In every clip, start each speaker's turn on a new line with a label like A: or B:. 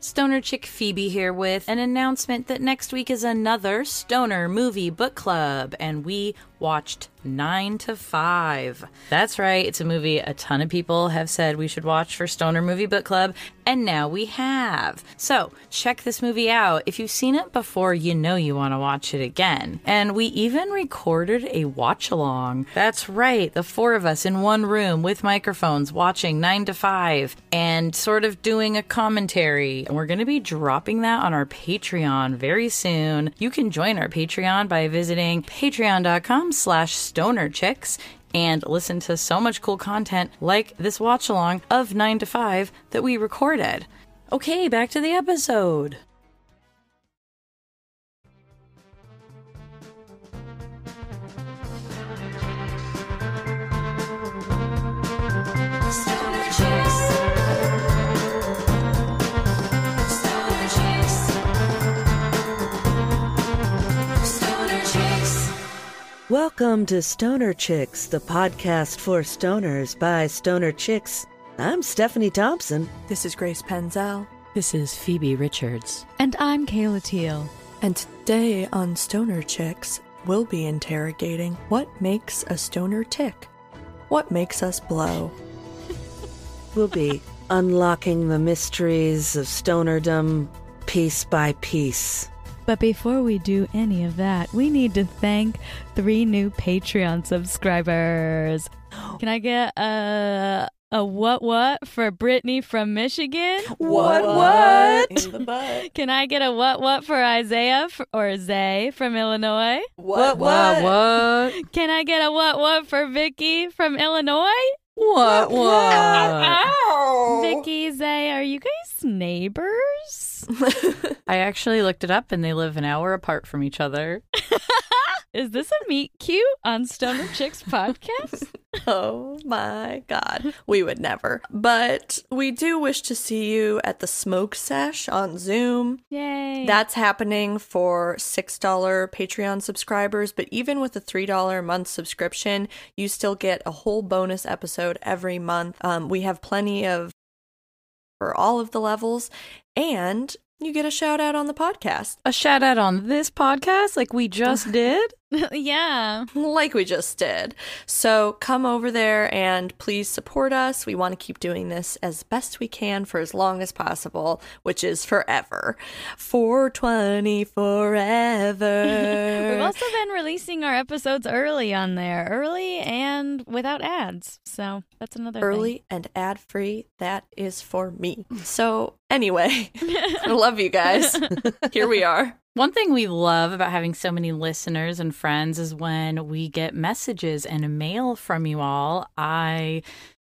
A: Stoner Chick Phoebe here with an announcement that next week is another Stoner Movie Book Club, and we watched 9 to 5. That's right, it's a movie a ton of people have said we should watch for Stoner Movie Book Club, and now we have. So, check this movie out. If you've seen it before, you know you want to watch it again. And we even recorded a watch along. That's right, the four of us in one room with microphones watching 9 to 5 and sort of doing a commentary. And we're going to be dropping that on our Patreon very soon. You can join our Patreon by visiting patreon.com slash stoner chicks and listen to so much cool content like this watch along of 9 to 5 that we recorded. Okay, back to the episode.
B: Stoner Chicks. Stoner Chicks. Stoner Chicks.
C: Welcome to Stoner Chicks, the podcast for stoners by Stoner Chicks. I'm Stephanie Thompson.
D: This is Grace Penzel,
A: This is Phoebe Richards.
E: And I'm Kayla Teal.
D: and today on Stoner Chicks, we'll be interrogating what makes a stoner tick? What makes us blow?
C: We'll be unlocking the mysteries of stonerdom piece by piece.
E: But before we do any of that, we need to thank three new Patreon subscribers. Can I get a a what what for Brittany from Michigan?
C: What, what?
E: Can I get a what what for Isaiah f or Zay from Illinois?
D: What?
A: What? What?
E: Can I get a what what for Vicky from Illinois?
A: What? What?
E: Vicky, Zay, are you guys neighbors?
A: I actually looked it up and they live an hour apart from each other.
E: Is this a meet cute on Stoner Chicks podcast?
D: Oh my God. We would never. But we do wish to see you at the smoke sesh on Zoom.
E: Yay.
D: That's happening for $6 Patreon subscribers, but even with a $3 a month subscription, you still get a whole bonus episode every month. Um, we have plenty of for all of the levels, and you get a shout out on the podcast
A: A shout out on this podcast, like we just did.
E: yeah.
D: like we just did. So come over there and please support us. We want to keep doing this as best we can for as long as possible, which is forever. 420 forever.
E: We've also been releasing our episodes early on there, early and without ads. So that's another thing.
D: early and ad free. That is for me. So, anyway, I love you guys. Here we are.
A: One thing we love about having so many listeners and friends is when we get messages and mail from you all. I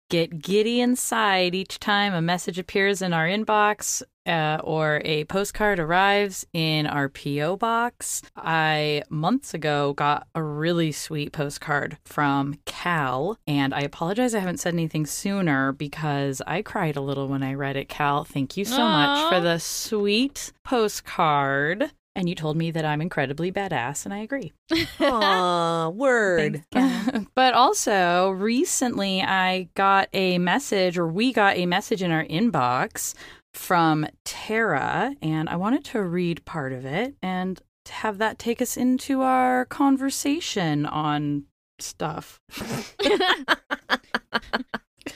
A: get giddy inside each time a message appears in our inbox uh, or a postcard arrives in our P.O. box. I months ago got a really sweet postcard from Cal, and I apologize I haven't said anything sooner because I cried a little when I read it. Cal, thank you so much
E: Aw.
A: for the sweet postcard. And you told me that I'm incredibly badass, and I agree.
C: Aw, word.
A: But also, recently I got a message, or we got a message in our inbox from Tara, and I wanted to read part of it and to have that take us into our conversation on stuff.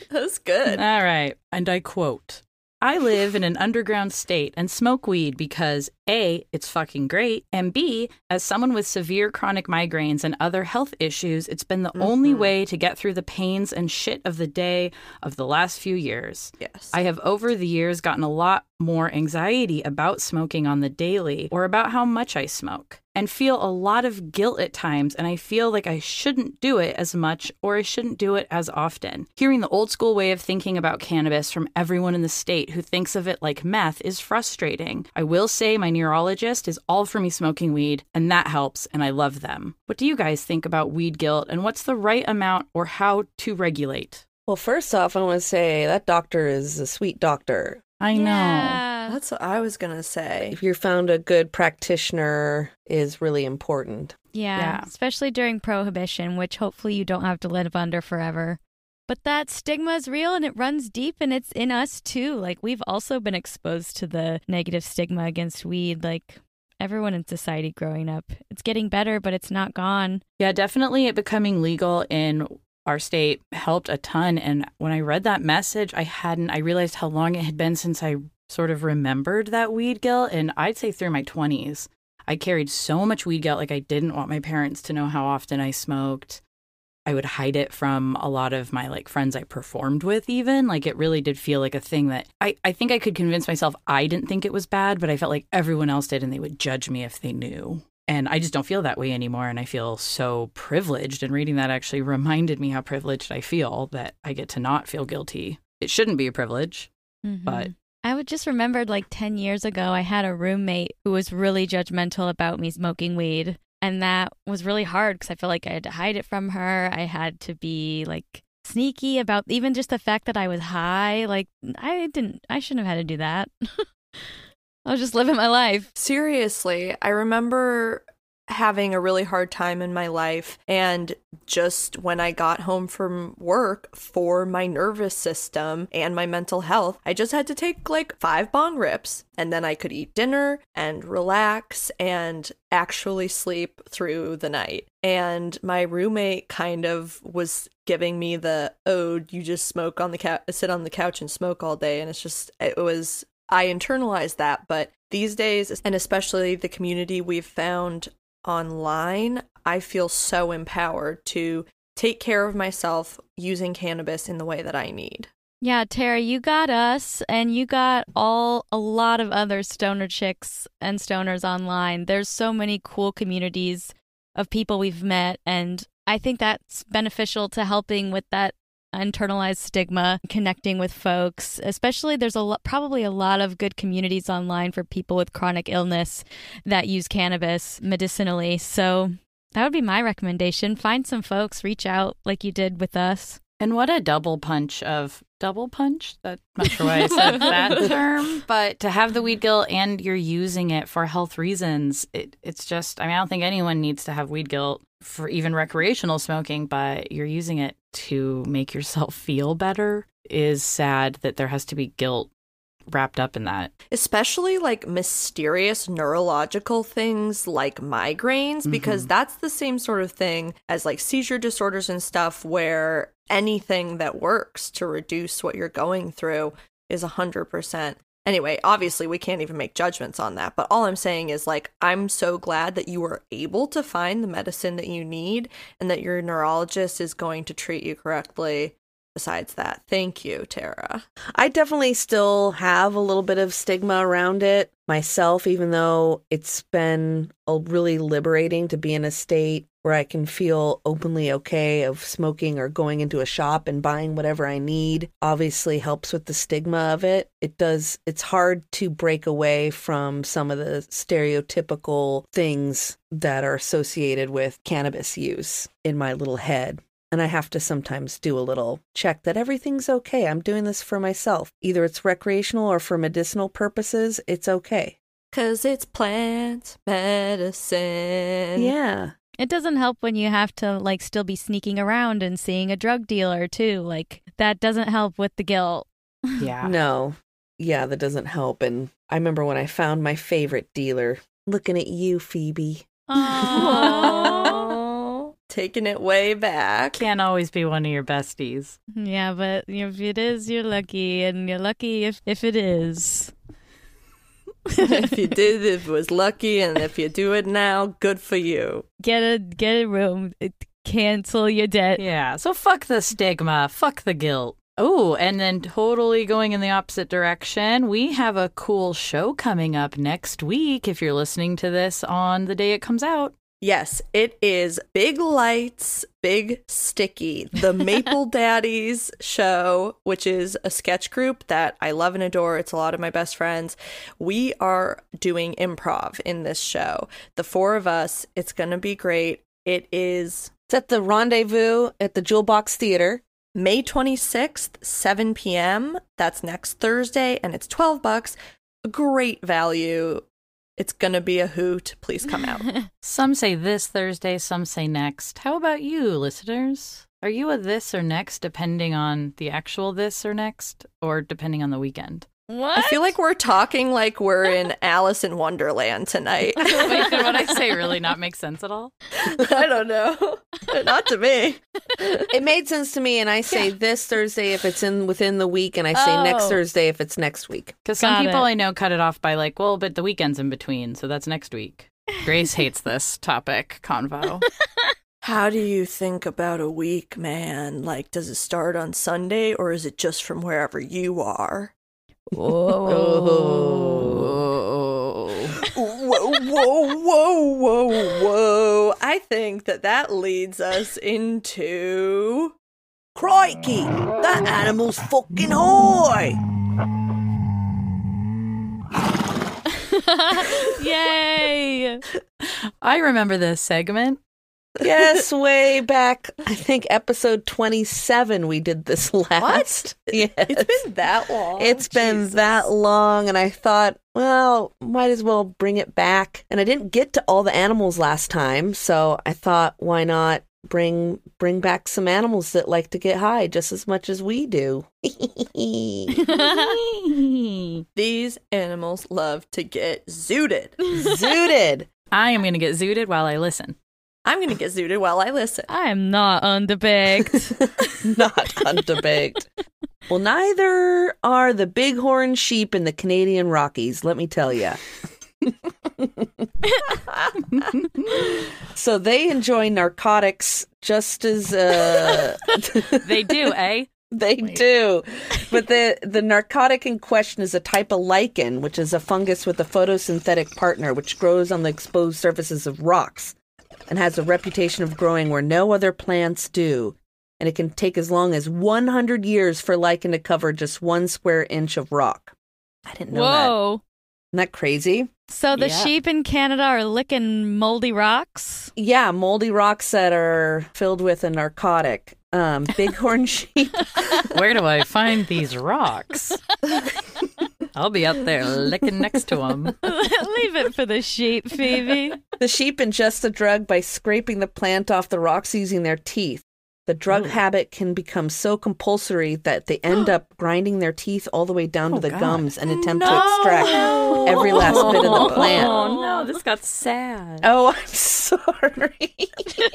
D: That's good.
A: All right. And I quote I live in an underground state and smoke weed because A, it's fucking great. And B, as someone with severe chronic migraines and other health issues, it's been the only way to get through the pains and shit of the day of the last few years.
D: Yes.
A: I have over the years gotten a lot more anxiety about smoking on the daily or about how much I smoke and feel a lot of guilt at times and I feel like I shouldn't do it as much or I shouldn't do it as often. Hearing the old school way of thinking about cannabis from everyone in the state who thinks of it like meth is frustrating. I will say my neurologist is all for me smoking weed and that helps and I love them. What do you guys think about weed guilt and what's the right amount or how to regulate?
C: Well, first off, I want to say that doctor is a sweet doctor.
A: I
E: Yeah.
D: That's what I was going to say.
C: If you're found a good practitioner is really important.
E: yeah.
A: Yeah.
E: Especially during Prohibition, which hopefully you don't have to live under forever. But that stigma is real and it runs deep and it's in us too. Like we've also been exposed to the negative stigma against weed, like everyone in society growing up. It's getting better, but it's not gone.
A: Yeah, definitely it becoming legal in our state helped a ton. And when I read that message, I hadn't, I realized how long it had been since I sort of remembered that weed guilt. And I'd say through my 20s, I carried so much weed guilt. Like I didn't want my parents to know how often I smoked. I would hide it from a lot of my like friends I performed with, even. Like it really did feel like a thing that I, I think I could convince myself I didn't think it was bad, but I felt like everyone else did and they would judge me if they knew. And I just don't feel that way anymore. And I feel so privileged. And reading that actually reminded me how privileged I feel that I get to not feel guilty. It shouldn't be a privilege, but
E: Mm-hmm. I would just remembered like 10 years ago, I had a roommate who was really judgmental about me smoking weed. And that was really hard because I felt like I had to hide it from her. I had to be like sneaky about even just the fact that I was high. Like, I didn't, I shouldn't have had to do that. I was just living my life.
D: Seriously, I remember having a really hard time in my life. And just when I got home from work for my nervous system and my mental health, I just had to take like five bong rips. And then I could eat dinner and relax and actually sleep through the night. And my roommate kind of was giving me the, oh, you just smoke on the couch, sit on the couch and smoke all day. And it's just, it was I internalized that, but these days, and especially the community we've found online, I feel so empowered to take care of myself using cannabis in the way that I need.
E: Yeah, Tara, you got us and you got all a lot of other stoner chicks and stoners online. There's so many cool communities of people we've met and I think that's beneficial to helping with that internalized stigma, connecting with folks. Especially there's a lot, probably a lot of good communities online for people with chronic illness that use cannabis medicinally. So that would be my recommendation. Find some folks, reach out like you did with us.
A: And what a double punch of double punch. That not sure why I said that term, but to have the weed guilt and you're using it for health reasons, it, it's just. I mean, I don't think anyone needs to have weed guilt for even recreational smoking, but you're using it to make yourself feel better. Is sad that there has to be guilt wrapped up in that.
D: especially like mysterious neurological things like migraines because that's the same sort of thing as like seizure disorders and stuff where anything that works to reduce what you're going through is 100% Anyway, obviously, we can't even make judgments on that. But all I'm saying is, like, I'm so glad that you were able to find the medicine that you need and that your neurologist is going to treat you correctly. Besides that, thank you, Tara.
C: I definitely still have a little bit of stigma around it myself, even though it's been a really liberating to be in a state where I can feel openly okay of smoking or going into a shop and buying whatever I need. Obviously, helps with the stigma of it. It does, it's hard to break away from some of the stereotypical things that are associated with cannabis use in my little head. And I have to sometimes do a little check that everything's okay. I'm doing this for myself. Either it's recreational or for medicinal purposes, it's okay.
D: Cause it's plant medicine.
C: yeah.
E: It doesn't help when you have to like still be sneaking around and seeing a drug dealer too. Like that doesn't help with the guilt.
A: Yeah.
C: No. Yeah, that doesn't help. And I remember when I found my favorite dealer looking at you, Phoebe.
E: Aww.
D: Taking it way back.
A: Can't always be one of your besties.
E: yeah, but if it is, you're lucky, and you're lucky if if it is.
D: if you did it was lucky and if you do it now, good for you.
E: Get a get a room. It, cancel your debt.
A: Yeah. So fuck the stigma. Fuck the guilt. Oh, and then totally going in the opposite direction, we have a cool show coming up next week if you're listening to this on the day it comes out.
D: Yes, it is Big Lights, Big Sticky, the Maple Daddies show, which is a sketch group that I love and adore. It's a lot of my best friends. We are doing improv in this show. The four of us, it's going to be great. It is
C: It's at the rendezvous at the Jewel Box Theater.
D: May 26th, 7 p.m. That's next Thursday, and it's 12 bucks. A Great value. It's going to be a hoot. Please come out.
A: Some say this Thursday, some say next. How about you, listeners? Are you a this or next depending on the actual this or next or depending on the weekend?
E: What?
D: I feel like we're talking like we're in Alice in Wonderland tonight.
A: Wait, did what I say really not make sense at all?
D: I don't know. Not to me.
C: It made sense to me, and I say this Thursday if it's in within the week, and I say next
E: Oh.
C: Thursday if it's next week.
A: Because some
E: Got
A: people
E: it.
A: I know cut it off by like, well, but the weekend's in between, so that's next week. Grace hates this topic convo.
D: How do you think about a week, man? Like, does it start on Sunday or is it just from wherever you are?
A: Oh.
D: whoa, whoa, whoa, whoa, whoa. I think that that leads us into.
F: Crikey, that animal's fucking high.
E: Yay!
A: I remember this segment.
C: Yes, way back, I think episode 27, we did this last. Yes.
D: It's been that long.
C: It's been
D: Jesus.
C: that long, and I thought, well, might as well bring it back. And I didn't get to all the animals last time, so I thought, why not bring bring back some animals that like to get high just as much as we do?
D: These animals love to get zooted.
C: Zooted.
A: I am going to get zooted while I listen.
D: I'm going to get zooted while I listen.
E: I am not undepicked.
C: Not undebaked. Well, neither are the bighorn sheep in the Canadian Rockies, let me tell you. so they enjoy narcotics just as uh,
A: They do, eh?
C: they do. But the, the narcotic in question is a type of lichen, which is a fungus with a photosynthetic partner, which grows on the exposed surfaces of rocks and has a reputation of growing where no other plants do. And it can take as long as 100 years for lichen to cover just one square inch of rock. I didn't know that.
E: Whoa.
C: Isn't that crazy?
E: So the
A: Yeah.
E: sheep in Canada are licking moldy rocks.
C: Yeah, moldy rocks that are filled with a narcotic. Um, bighorn sheep
A: Where do I find these rocks? I'll be out there licking next to them.
E: Leave it for the sheep, Phoebe.
C: The sheep ingest the drug by scraping the plant off the rocks using their teeth. The drug habit can become so compulsory that they end up grinding their teeth all the way down to the gums and attempt to extract every last bit of the plant.
A: Oh, no, this got sad.
C: Oh, I'm sorry.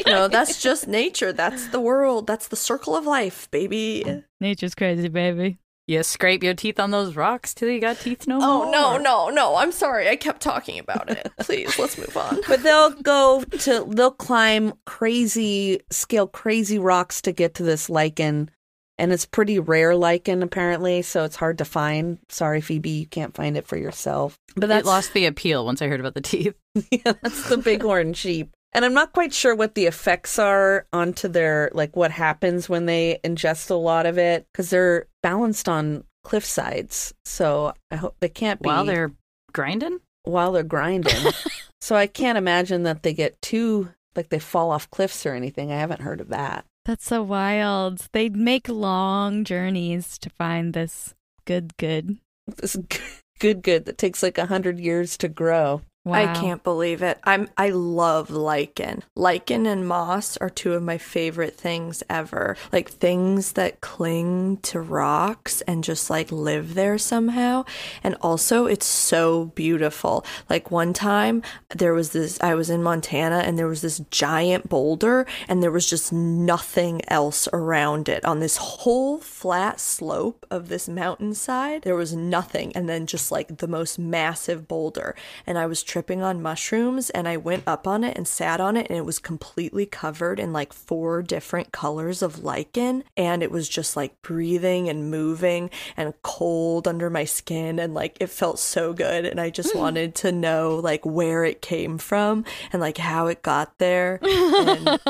D: No, that's just nature. That's the world. That's the circle of life, baby.
E: Nature's crazy, baby.
A: You scrape your teeth on those rocks till you got teeth no more.
D: Oh, no, no, no. I'm sorry. I kept talking about it. Please, let's move on.
C: but they'll go to they'll climb crazy scale crazy rocks to get to this lichen. And it's pretty rare lichen apparently, so it's hard to find. Sorry, Phoebe, you can't find it for yourself. But
A: It lost the appeal once I heard about the teeth.
C: Yeah, that's the bighorn sheep. And I'm not quite sure what the effects are onto their like what happens when they ingest a lot of it because they're balanced on cliff sides, so I hope they can't be
A: While they're grinding?
C: while they're grinding. so I can't imagine that they get too like they fall off cliffs or anything. I haven't heard of that.
E: That's so wild. They make long journeys to find this good, good.
C: This is good, good, good that takes like a hundred years to grow.
E: Wow.
D: I can't believe it. I'm I love lichen. Lichen and moss are two of my favorite things ever. Like things that cling to rocks and just like live there somehow. And also it's so beautiful. Like one time there was this I was in Montana and there was this giant boulder and there was just nothing else around it on this whole flat slope of this mountainside. There was nothing and then just like the most massive boulder and I was tripping on mushrooms and I went up on it and sat on it and it was completely covered in like four different colors of lichen and it was just like breathing and moving and cold under my skin and like it felt so good and I just wanted to know like where it came from and like how it got there and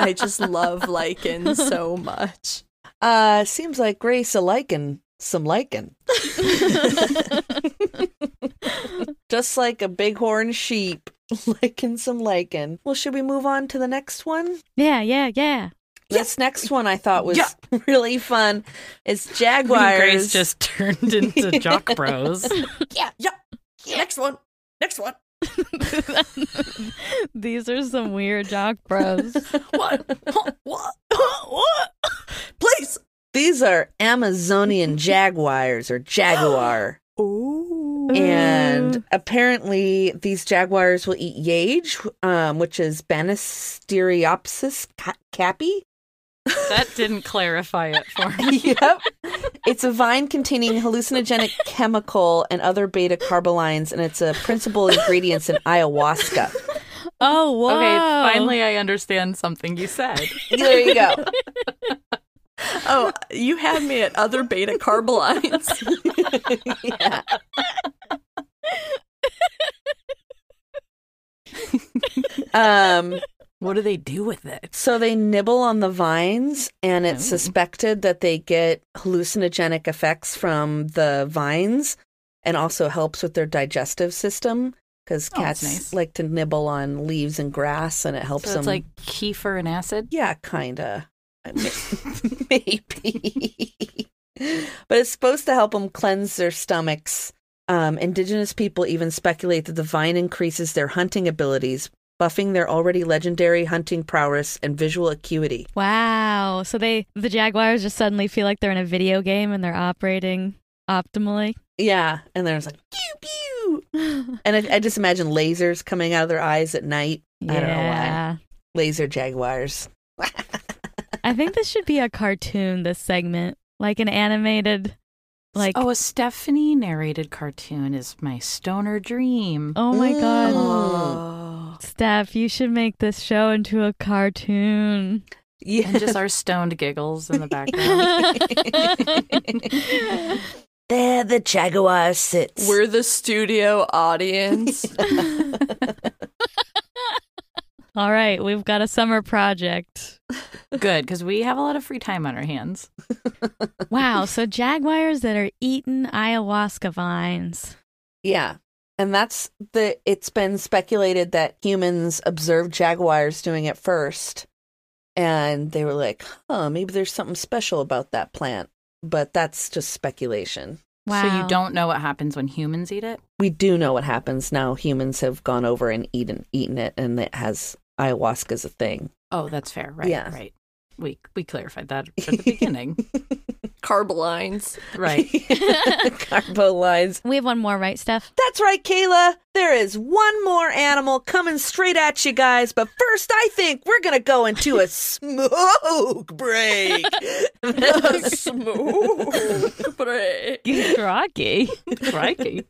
D: I just love lichen so much.
C: Uh, seems like Grace a lichen, some lichen. Just like a bighorn sheep, lichen some lichen. Well, should we move on to the next one?
E: Yeah, yeah, yeah.
C: This next one I thought was really fun. It's jaguars.
A: Grace just turned into jock bros.
D: Yeah. Next one. Next one.
E: These are some weird jock bros.
C: what? What? What? Please. These are Amazonian jaguars or jaguar.
D: Ooh.
E: Mm.
C: and apparently these jaguars will eat yage, um, which is Banisteriopsis ca- capi.
A: That didn't clarify it for me.
C: yep. It's a vine containing hallucinogenic chemical and other beta carbolines, and it's a principal ingredient in ayahuasca.
E: Oh, whoa.
A: Okay, finally I understand something you said.
C: There you go.
D: Oh, you had me at other beta carbolines.
C: Yeah. um
A: What do they do with it?
C: So they nibble on the vines, and it's
A: Oh.
C: suspected that they get hallucinogenic effects from the vines and also helps with their digestive system because
A: Oh, that's
C: cats
A: nice.
C: like to nibble on leaves and grass and it helps
A: So it's
C: them.
A: like kefir and acid.
C: yeah, kind of. Maybe. but it's supposed to help them cleanse their stomachs. Um, indigenous people even speculate that the vine increases their hunting abilities, buffing their already legendary hunting prowess and visual acuity.
E: Wow. So they the Jaguars just suddenly feel like they're in a video game and they're operating optimally.
C: Yeah, and then it's like pew pew, and I, I just imagine lasers coming out of their eyes at night. I don't know why
E: yeah.
C: laser jaguars.
E: I think this should be a cartoon this segment, like an animated like
A: oh, a Stephanie narrated cartoon is my stoner dream.
E: oh my god.
C: Mm.
D: oh.
E: Steph, you should make this show into a
A: And
E: cartoon.
C: Yeah,
A: just our stoned giggles in the background.
E: oh
F: There the jaguar sits.
D: We're the studio audience.
E: All right, we've got a summer project.
A: Good, because we have a lot of free time on our hands.
E: Wow, so jaguars that are eating ayahuasca vines.
C: yeah, and that's the. It's been speculated that humans observed jaguars doing it first, and they were like, "Huh, maybe there's something special about that plant." But that's just speculation.
E: Wow.
A: So you don't know what happens when humans eat it?
C: We do know what happens now. Humans have gone over and eaten eaten it, and it has ayahuasca's a thing.
A: Oh, that's fair. Right.
C: Yeah.
A: Right. We we clarified that at the beginning.
D: Carbolines.
A: right.
C: Carbo lines.
E: We have one more, right, Steph?
C: That's right, Kayla. There is one more animal coming straight at you guys, but first I think we're going to go into a smoke break.
D: Smoke break.
E: Rocky.
A: Crikey.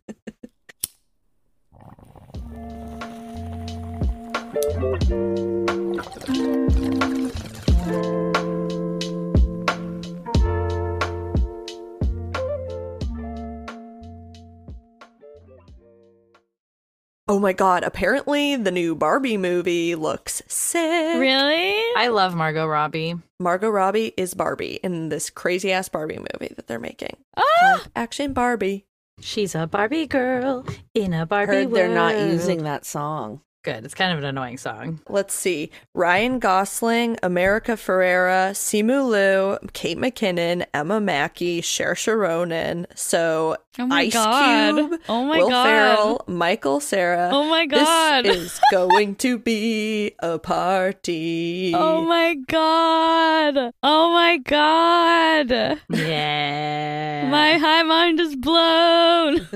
D: Oh my god, apparently the new Barbie movie looks sick.
E: Really?
A: I love Margot Robbie.
D: Margot Robbie is Barbie in this crazy ass Barbie movie that they're making.
E: Ah!
D: Live Action Barbie.
A: She's a Barbie girl in a Barbie
C: Heard they're not
A: world.
C: using that song.
A: Good. It's kind of an annoying song.
D: Let's see. Ryan Gosling, America Ferrera, Simu Liu, Kate McKinnon, Emma Mackey, Cher Sharonan. So
E: Oh my
D: Ice
E: god.
D: Cube,
E: oh my
D: Will
E: god.
D: Ferrell, Michael Sarah.
E: Oh my god.
D: This is going to be a party.
E: Oh my god. Oh my god.
A: Yeah.
E: My high mind is blown.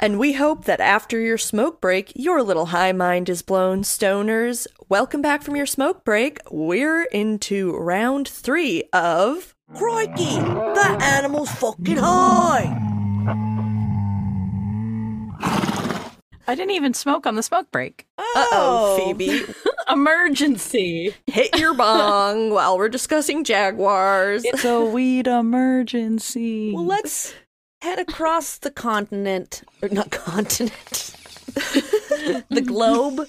D: And we hope that after your smoke break, your little high mind is blown, stoners. Welcome back from your smoke break. We're into round three of.
F: Crikey, that animal's fucking high.
A: I didn't even smoke on the smoke break.
D: Uh oh, Phoebe.
A: Emergency.
D: Hit your bong while we're discussing Jaguars.
A: It's a weed emergency.
C: Well, let's head across the continent, or not continent, the globe,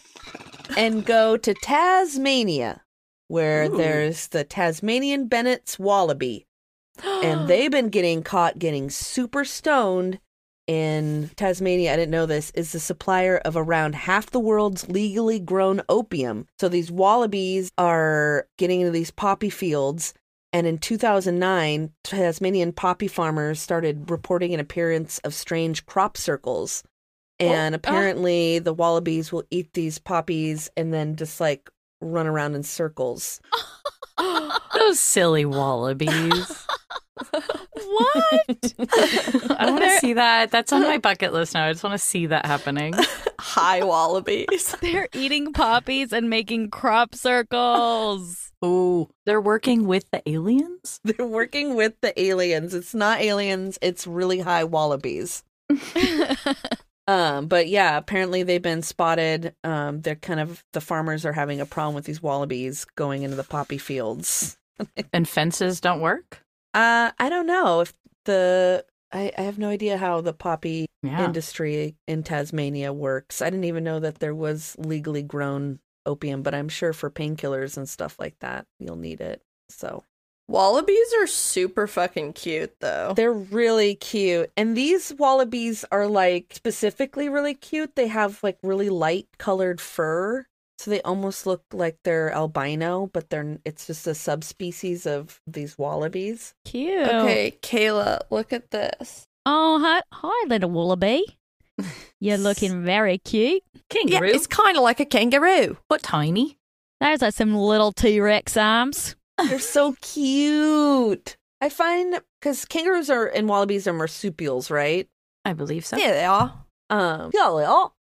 C: and go to Tasmania, where there's the Tasmanian Bennett's wallaby. and they've been getting caught getting super stoned in Tasmania. I didn't know this is the supplier of around half the world's legally grown opium. So these wallabies are getting into these poppy fields. And in 2009, Tasmanian poppy farmers started reporting an appearance of strange crop circles. And apparently, the wallabies will eat these poppies and then just like run around in circles.
A: Those silly wallabies.
E: What?
A: I want to
E: They're-
A: see that. That's on my bucket list now. I just want to see that happening.
D: High wallabies.
E: They're eating poppies and making crop circles.
A: Oh, they're working with the aliens?
C: They're working with the aliens. It's not aliens, it's really high wallabies. Um, but yeah, apparently they've been spotted. Um, they're kind of the farmers are having a problem with these wallabies going into the poppy fields.
A: And fences don't work?
C: Uh, I don't know if the I, I have no idea how the poppy
A: Yeah.
C: industry in Tasmania works. I didn't even know that there was legally grown opium, but I'm sure for painkillers and stuff like that, you'll need it. So
D: Wallabies are super fucking cute though.
C: they're really cute. And these wallabies are like specifically really cute. They have like really light colored fur. So they almost look like they're albino, but they're it's just a subspecies of these wallabies.
E: Cute.
D: Okay, Kayla, look at this.
E: Oh, hi, hi, little wallaby. You're looking very cute.
A: Kangaroo.
D: kind of like a kangaroo.
A: but tiny.
E: Those are some little T Rex arms.
C: They're so cute. I find because kangaroos are and wallabies are marsupials, right?
A: I believe so.
D: Yeah, they are.
C: Um, yeah, well,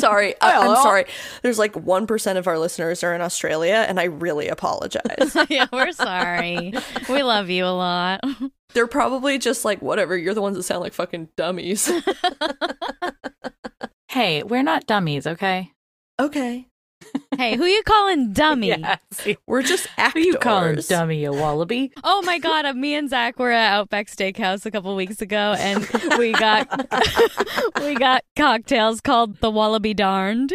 D: Sorry, I,
C: Well.
D: I'm sorry. There's like one percent of our listeners are in Australia, and I really apologize.
E: yeah, we're sorry. We love you a lot.
D: They're probably just like whatever. You're the ones that sound like fucking dummies.
A: hey, we're not dummies, okay?
D: okay,
E: hey, who you calling dummy?
A: Yes.
D: we're just actors.
A: Who you calling dummy a wallaby?
E: Oh my god, uh, me and Zach were at Outback Steakhouse a couple weeks ago and we got we got cocktails called the Wallaby Darned.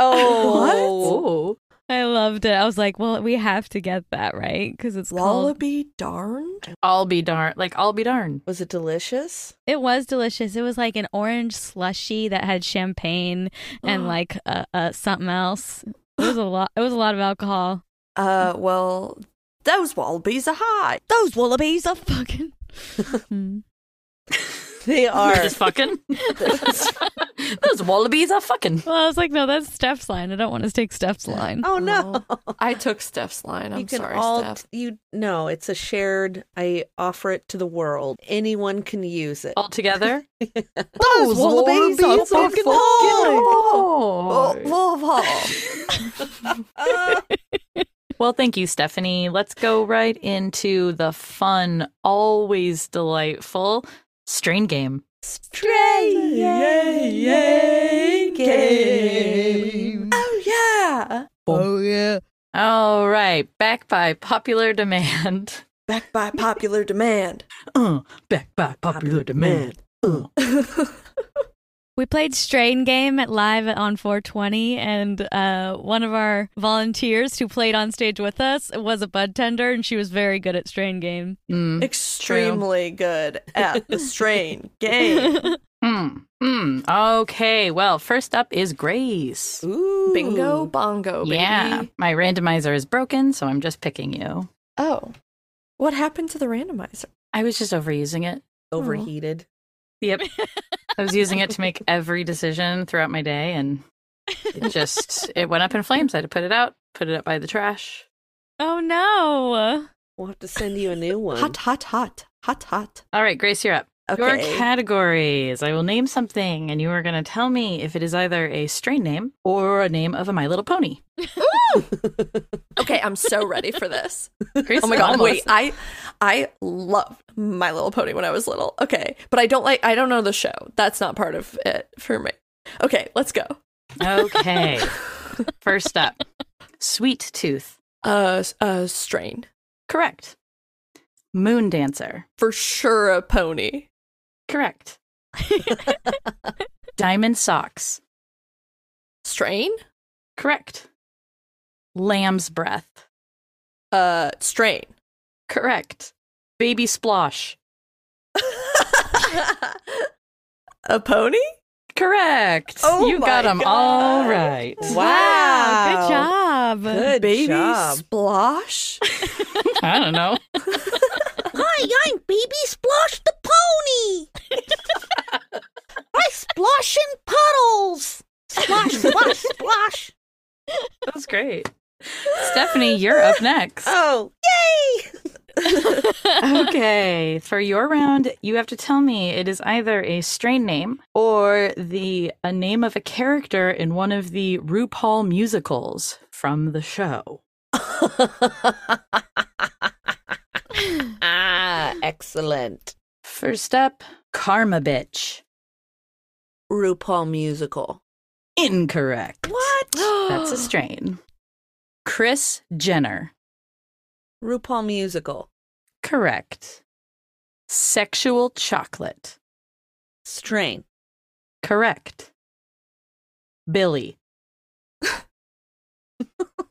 C: oh,
A: Oh.
E: I loved it. I was like, well, we have to get that right cuz it's called
D: Wallaby darned.
A: I'll be darned. Like, I'll be darned.
C: was it delicious?
E: It was delicious. It was like an orange slushy that had champagne and like uh, uh, something else. It was a lot it was a lot of alcohol.
D: Uh, well, those wallabies are high.
E: Those wallabies are fucking Mm.
C: They are.
A: Just fucking. Those wallabies are fucking.
E: Well, I was like, no, that's Steph's line. I don't want to take Steph's line.
C: oh no,
D: I took Steph's line. I'm
C: you can
D: sorry,
C: all
D: Steph.
C: you no. It's a shared. I offer it to the world. Anyone can use it.
D: Oh,
A: All together?
C: Those wallabies are fucking hard.
D: Oh,
A: Oh. Well, thank you, Stephanie. Let's go right into the fun, always delightful strain game.
C: Yay, yay, game.
D: oh yeah.
A: Oh,
E: yeah.
A: All right, back by popular demand.
D: Back by popular demand.
A: Uh, back by popular demand. Uh.
E: We played Strain Game at live on 420, and uh, one of our volunteers who played on stage with us was a bud tender, and she was very good at Strain Game.
A: Mm,
D: Extremely good at the strain game.
A: mm, mm. Okay, well, first up is Grace.
C: Ooh.
D: Bingo
A: Oh,
D: bongo, baby.
A: yeah, my randomizer is broken, so I'm just picking you.
D: Oh. What happened to the randomizer?
A: I was just overusing it.
C: Overheated.
A: Yep. I was using it to make every decision throughout my day and it just it went up in flames. I had to put it out, put it up by the trash.
E: Oh no!
C: We'll have to send you a new one.
D: Hot, hot, hot. Hot, hot.
A: All right, Grace, you're up. Your
D: Okay.
A: categories. I will name something and you are going to tell me if it is either a strain name or a name of a My Little Pony.
D: Okay, I'm so ready for this.
A: Grace,
D: Oh my god,
A: almost.
D: wait. I I loved My Little Pony when I was little. Okay, but I don't like I don't know the show. That's not part of it for me. Okay, let's go.
A: Okay. First up, Sweet Tooth.
D: Uh s- uh strain.
A: Correct. Moon Dancer.
D: For sure a pony.
A: Correct. Diamond Socks.
D: Strain?
A: Correct. Lamb's breath.
D: Uh strain.
A: Correct. Baby splosh.
D: a pony?
A: Correct.
D: Oh
A: you got
D: my
A: them
D: God.
A: all right.
E: Good
C: Wow.
E: job.
C: Good
D: Baby
C: job.
D: splosh?
A: I don't know.
F: Hi, I'm Baby Splosh the Pony. I
A: great. Stephanie, you're up next.
C: Oh, yay!
A: okay, for your round, you have to tell me it is either a strain name or the a name of a character in one of the RuPaul musicals from the show.
C: ah, excellent.
A: First up, Karma Bitch.
C: RuPaul musical.
A: Incorrect.
C: What?
A: That's a strain. Chris Jenner.
C: RuPaul musical.
A: Correct. Sexual chocolate.
C: Strain.
A: Correct. Billy.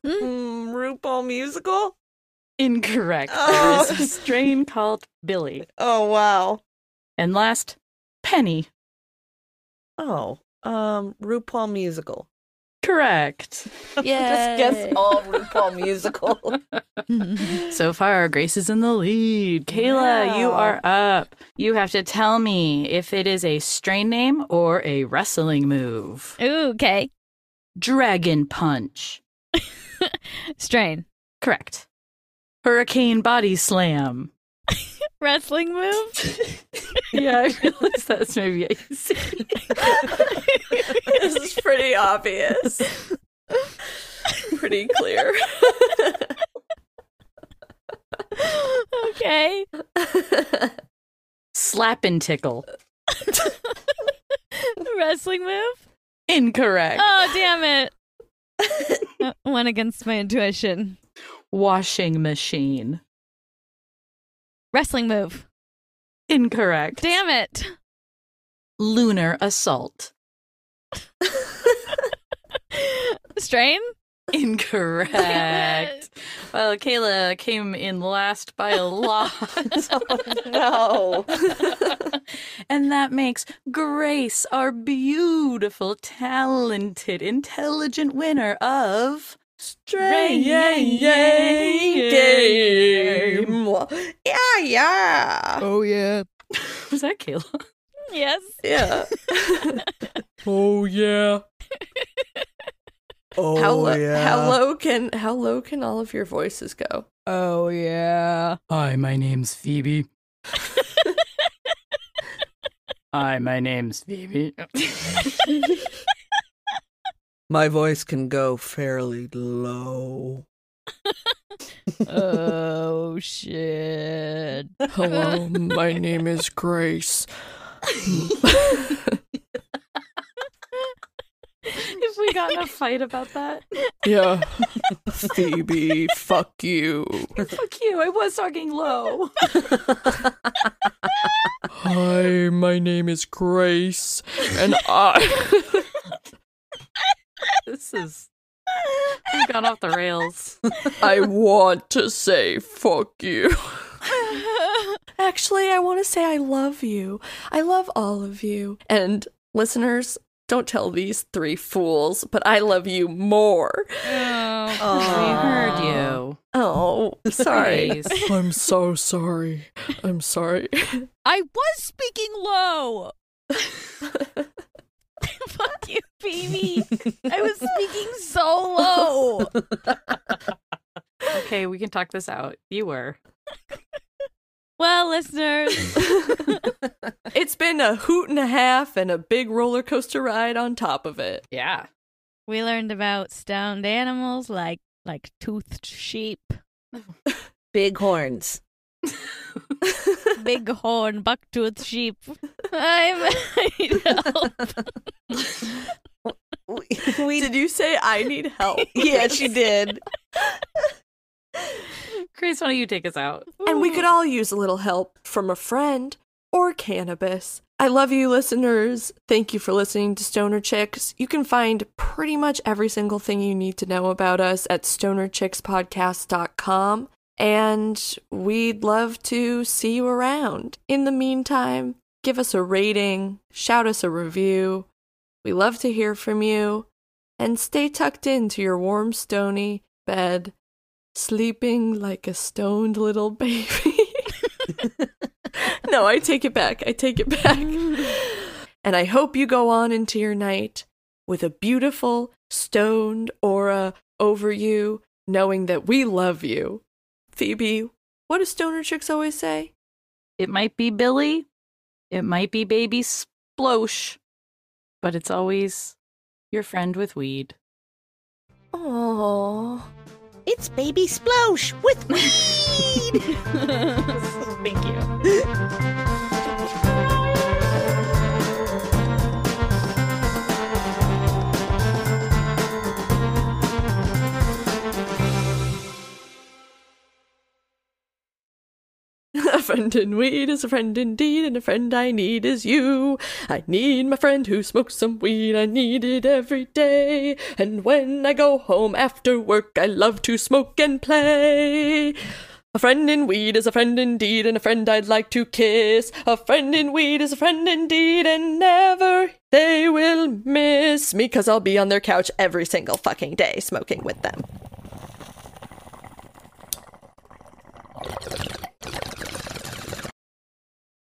C: Mm, RuPaul musical?
A: Incorrect.
C: Oh.
A: There is a strain called Billy.
C: Oh, wow.
A: And last, Penny.
C: Oh, um, RuPaul musical.
A: Correct.
C: Yeah. Just guess all RuPaul musical.
A: So far, Grace is in the lead. Kayla, you are up. You have to tell me if it is a strain name or a wrestling move.
E: Ooh, okay.
A: Dragon Punch.
E: Strain.
A: Correct. Hurricane Body Slam.
E: Wrestling move?
A: Yeah, I realized that's maybe easy.
D: this is pretty obvious. pretty clear.
E: okay.
A: Slap and tickle.
E: Wrestling move?
A: Incorrect.
E: Oh, damn it. One against my intuition.
A: Washing machine.
E: Wrestling move.
A: Incorrect.
E: Damn it.
A: Lunar assault.
E: Strain?
A: Incorrect. well, Kayla came in last by a lot.
C: no.
A: and that makes Grace our beautiful, talented, intelligent winner of Stray Yay Game.
C: Yeah, yeah.
E: Oh, yeah.
A: Was that Kayla?
E: Yes.
C: Yeah.
A: Oh, yeah.
F: Oh,
D: how lo- how low can how low can all of your voices go?
E: Oh, yeah.
A: Hi, my name's Phoebe. Hi, my name's Phoebe.
F: My voice can go fairly low.
E: oh, shit.
G: Hello, my name is Grace.
A: if we got in a fight about that,
G: Yeah. Phoebe, fuck you.
A: fuck you. I was talking low.
G: Hi, my name is Grace. And I.
A: This is. We've gone off the rails.
G: I want to say fuck you.
D: Actually, I want to say I love you. I love all of you. And listeners, don't tell these three fools, but I love you more.
E: Oh,
A: We
C: Aw.
A: heard you.
D: Oh, sorry.
A: Grace.
G: I'm so sorry. I'm sorry.
E: I was speaking low. Fuck you, baby. I was speaking so low.
A: Okay, we can talk this out. You were.
E: Well, listeners,
D: it's been a hoot and a half and a big roller coaster ride on top of it.
A: Yeah.
E: we learned about stoned animals like like toothed sheep,
C: Big horns.
E: bighorn, bucktooth sheep. I'm I need help.
C: We, we-
D: Did you say I need help?
C: yeah, she did.
A: Grace, why don't you take us out?
D: And we could all use a little help from a friend or cannabis. I love you, listeners. Thank you for listening to Stoner Chicks. You can find pretty much every single thing you need to know about us at stonerchickspodcast.com. And we'd love to see you around. In the meantime, give us a rating, shout us a review. We love to hear from you. And stay tucked into your warm, stony bed sleeping like a stoned little baby. no, I take it back. I take it back. And I hope you go on into your night with a beautiful stoned aura over you, knowing that we love you. Phoebe, what do stoner chicks always say?
A: It might be Billy, it might be Baby Splosh, but it's always your friend with weed.
D: Oh,
F: It's Baby Splosh with weed.
A: Thank you.
D: A friend in weed is a friend indeed, and a friend I need is you. I need my friend who smokes some weed. I need it every day. And when I go home after work, I love to smoke and play. A friend in weed is a friend indeed, and a friend I'd like to kiss. A friend in weed is a friend indeed, and never they will miss me, cause I'll be on their couch every single fucking day smoking with them.